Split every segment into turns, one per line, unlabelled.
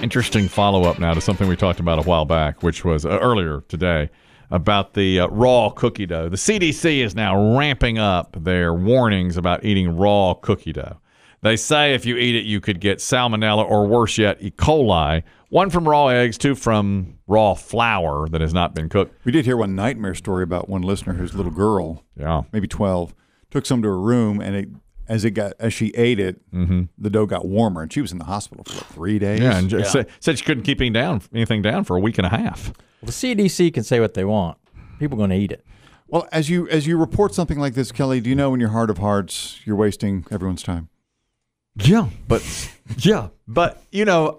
Interesting follow up now to something we talked about a while back, which was uh, earlier today about the uh, raw cookie dough. The CDC is now ramping up their warnings about eating raw cookie dough. They say if you eat it, you could get salmonella or worse yet, E. coli. One from raw eggs, two from raw flour that has not been cooked.
We did hear one nightmare story about one listener whose little girl,
Yeah.
maybe 12, took some to her room and it, as it got as she ate it, the dough got warmer and she was in the hospital for like, three days.
Yeah, and just Said, said she couldn't keep anything down, anything down for a week and a half.
Well, the CDC can say what they want. People going to eat it.
Well, as you as you report something like this, Kelly, do you know in your heart of hearts you're wasting everyone's time?
Yeah, but yeah, but you know,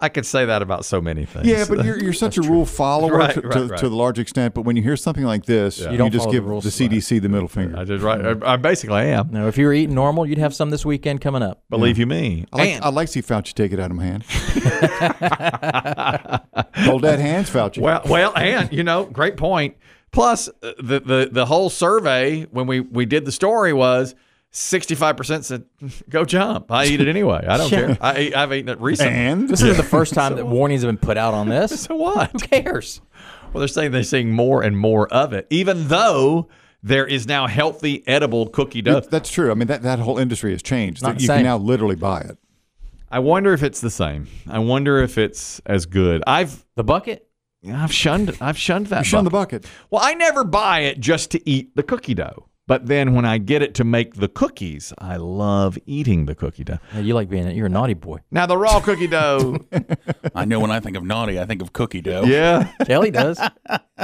I could say that about so many things.
Yeah, but you're, you're such a rule follower
Right,
to,
right,
to,
right.
to the large extent. But when you hear something like this, you,
You don't
just
follow the
give the,
rules, right.
CDC the middle finger.
I just right. I, I basically am.
Now, if you were eating normal, you'd have some this weekend coming up.
Believe you me.
I like,
And-
I like to see Fauci take it out of my hand. Hold that hands, Fauci.
well, well, and you know, great point. Plus, uh, the the the whole survey when we we did the story was. 65% said, go jump. I eat it anyway. I don't care. I, eat- I've eaten it recently.
and
This is the first time that warnings have been put out on this.
So what?
Who cares?
Well, they're saying they're seeing more and more of it, even though there is now healthy, edible cookie dough.
that's true. I mean, that, that whole industry has changed.
Not
you
same.
can now literally buy it.
I wonder if it's the same. I wonder if it's as good. I've
The bucket?
I've shunned I've shunned that.
Shun the
bucket.
bucket.
Well, I never buy it just to eat the cookie dough. But then when I get it to make the cookies, I love eating the cookie dough.
Yeah, you like being it. You're a naughty boy.
Now the raw cookie dough,
I know when I think of naughty, I think of cookie dough.
yeah.
Kelly does.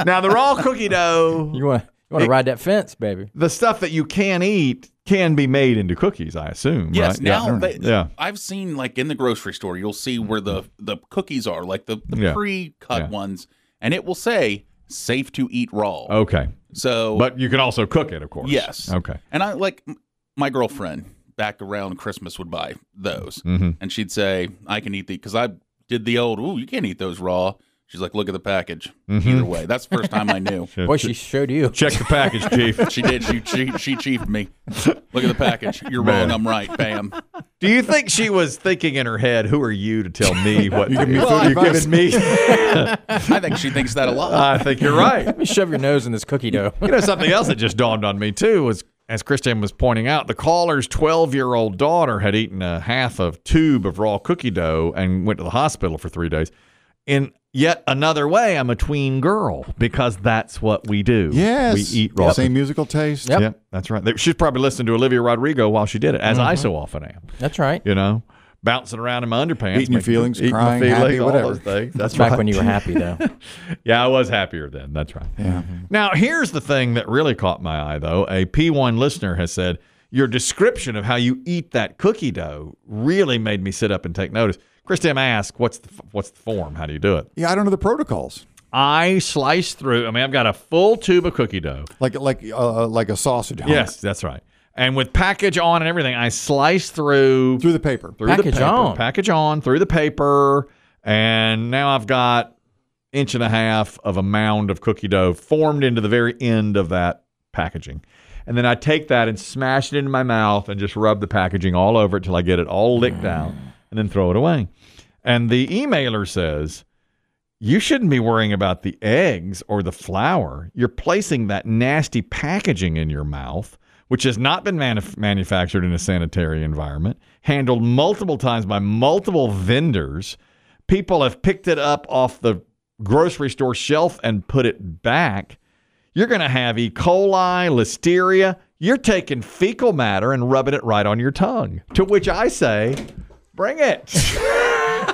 Now the raw cookie dough,
You want to you want to ride that fence, baby.
the stuff that you can eat can be made into cookies, I assume,
Yes.
right?
Now,
yeah.
They,
yeah.
I've seen like in the grocery store, you'll see where the the cookies are, like the, the
Yeah.
pre-cut
Yeah.
ones, and it will say safe to eat raw.
Okay.
So,
Oh, But you can also cook it, of course.
yes.
Okay.
And I like m- my girlfriend back around Christmas would buy those,
Mm-hmm.
and she'd say, "I can eat the," because I did the old, "Ooh, you can't eat those raw." She's like, "Look at the package."
Mm-hmm.
Either way, that's the first time I knew.
Boy, she showed you.
Check the package, Chief.
She did. She she she chiefed me. Look at the package. You're
Man.
wrong. I'm right. Bam.
Do you think she was thinking in her head, "Who are you to tell me what to
give me
eat?"
food
Well, you're
advice.
giving me?
I think she thinks that a lot.
I think you're right.
Let me shove your nose in this cookie dough.
You know, something else that just dawned on me too was, as Christian was pointing out, the caller's 12-year-old daughter had eaten a half of tube of raw cookie dough and went to the hospital for three days. In yet another way, I'm a tween girl because that's what we do.
Yes.
we eat raw.
Same musical taste.
Yep.
Yeah, that's right. She's probably listening to Olivia Rodrigo while she did it, as
Mm-hmm.
I so often am.
That's right.
you know, bouncing around in my underpants,
Eating your
making-
feelings,
eating my
crying, happy,
feelings, all
whatever.
those things. That's
That's back
right.
when you were happy, though.
yeah, I was happier then. That's right. Now, here's the thing that really caught my eye, though. A P1 listener has said your description of how you eat that cookie dough really made me sit up and take notice. Chris Tim asked, "What's the f- what's the form? How do you do it?"
Yeah, I don't know the protocols.
I slice through. I mean, I've got a full tube of cookie dough.
Like like uh, like a sausage. Hunk.
Yes, that's right. And with package on and everything, I slice through
Through the paper.
through the
Package
paper,
on.
package on through the paper, and now I've got inch and a half of a mound of cookie dough formed into the very end of that packaging. And then I take that and smash it into my mouth and just rub the packaging all over it till I get it all licked out
Mm.
and then throw it away. And the emailer says, you shouldn't be worrying about the eggs or the flour. You're placing that nasty packaging in your mouth, which has not been manuf- manufactured in a sanitary environment, handled multiple times by multiple vendors. People have picked it up off the grocery store shelf and put it back. You're going to have E. coli, listeria. You're taking fecal matter and rubbing it right on your tongue. To which I say, bring it.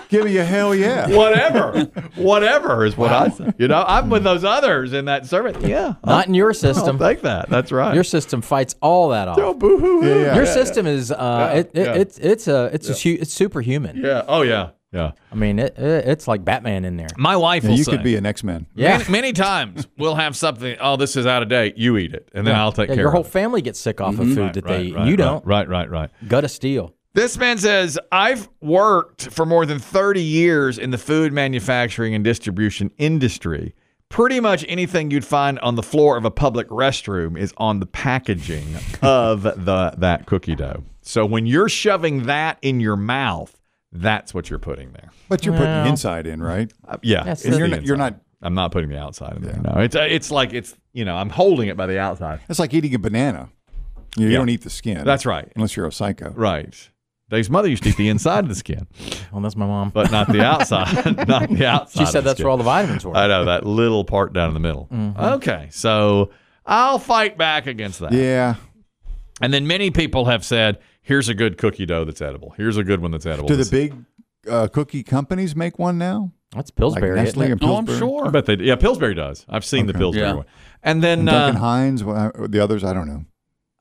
Give me a hell yeah.
whatever, whatever is what I say. You know, I'm with those others in that survey. Yeah,
Not in your
I
system.
don't think Oh, that. That's right.
Your system fights all that off.
oh, boo-hoo-hoo.
Yeah, yeah.
Your system is uh, it, it,
yeah.
it's it's a it's a hu- it's superhuman.
yeah. Oh yeah. Yeah.
I mean, it, it it's like Batman in there.
My wife
Yeah,
will
you
say,
could be an X Men.
Yeah,
many, many times we'll have something. Oh, this is out of date. You eat it, and then I'll take
yeah,
care.
your
of
whole
it. Mm-hmm.
family gets sick off of food that they eat. and you
right,
don't.
Right, right, right.
Gut of steel.
This man says, I've worked for more than 30 years in the food manufacturing and distribution industry. Pretty much anything you'd find on the floor of a public restroom is on the packaging of the that cookie dough. So when you're shoving that in your mouth, That's what you're putting there.
But you're putting
Well.
the inside in, right?
Uh, yeah,
That's
it's
the-
the
You're not- you're
inside.
not-
I'm not putting the outside in there. No, it's uh, it's like it's you know I'm holding it by the outside.
It's like eating a banana. You
Yeah.
don't eat the skin.
That's right.
Unless you're a psycho.
Right. Dave's mother used to eat the inside of the skin,
Well, that's my mom.
but not the outside. not the outside.
she
of
said
the
that's
skin.
where all the vitamins were.
I know that little part down in the middle.
Mm-hmm.
Okay, so I'll fight back against that.
Yeah.
And then many people have said, "Here's a good cookie dough that's edible. Here's a good one that's edible."
Do the
This-
big uh, cookie companies make one now?
that's
Like
Pillsbury. isn't
Nestle
it?
and
Oh, I'm
Pillsbury?
I
sure.
bet they. Yeah, Pillsbury does. I've seen the Pillsbury
Yeah.
one. And then
Duncan
uh,
Hines, well, I- the others, I don't know.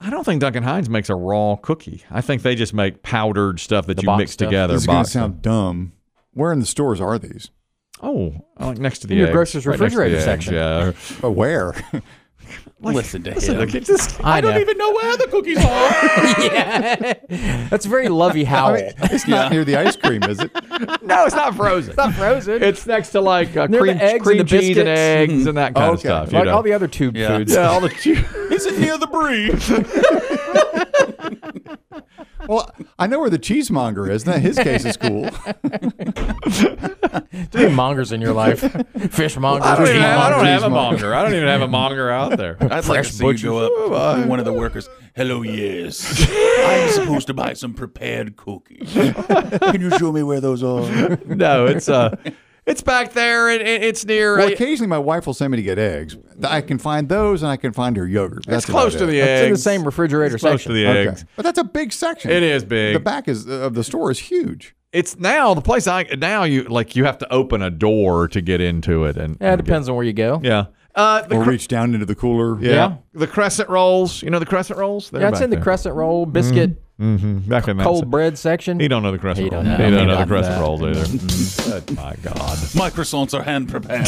I don't think Duncan Hines makes a raw cookie. I think they just make powdered stuff that
The
you
box
mix
stuff.
together.
This is going to
boxed up.
sound dumb. Where in the stores are these?
oh, like next to the
In your
eggs,
grocer's
right next to the
refrigerator
eggs,
section.
Yeah.
But where?
listen to
Listen,
him.
look, it just-
I
I don't
know.
even know where the cookies are.
yeah. That's a very lovey
I
howl.
mean,
Oh.
it's not near the ice cream, is it?
no, it's not frozen. It's
not frozen.
next to like uh,
Near the
cream,
eggs and
cream
the
cheese and
biscuits. Mm-hmm.
eggs and that kind of
Okay.
stuff. you
like
know.
all the other tube
Yeah.
foods.
yeah, all the cheese.
Is it near the brie?
Well, I know where the cheesemonger is. Now, his case is cool.
Too many mongers in your life. Fishmongers.
I don't, even have, I don't
cheesemongers.
have a monger. I don't even have a monger out there.
I'd like to see you
Oh,
go up to one of the workers. Hello, yes. I'm supposed to buy some prepared cookies. Can you show me where those are?
No, it's uh, it's back there. and and it's near.
Well,
uh,
occasionally my wife will send me to get eggs. I can find those and I can find her yogurt. That's
it's close
about
to
it.
the
It's
eggs.
in the same refrigerator
close
section.
to the
Okay.
eggs.
But that's a big section.
It is big.
The back is of the store is huge.
It's now the place I now you like you have to open a door to get into it and
yeah, it
and get-
depends on where you go.
yeah. Uh, the
Or
cre-
reach down into the cooler.
yeah.
yeah.
the crescent rolls. You know the crescent rolls. They're
Yeah, it's
back
in the
there.
crescent roll, biscuit,
Mhm, Back in that
cold
se-
bread section.
He don't know the crescent
He don't
rolls.
know.
He
Mm-hmm.
don't
He
know the
don't
crescent
know.
rolls either. Mm, my God.
My croissants are hand prepared.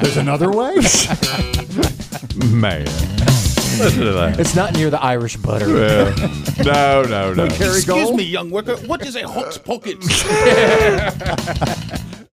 There's another way.
Man. Listen to that.
It's not near the Irish butter.
Yeah. No, no, no.
Excuse me, young worker. What is a hot pocket?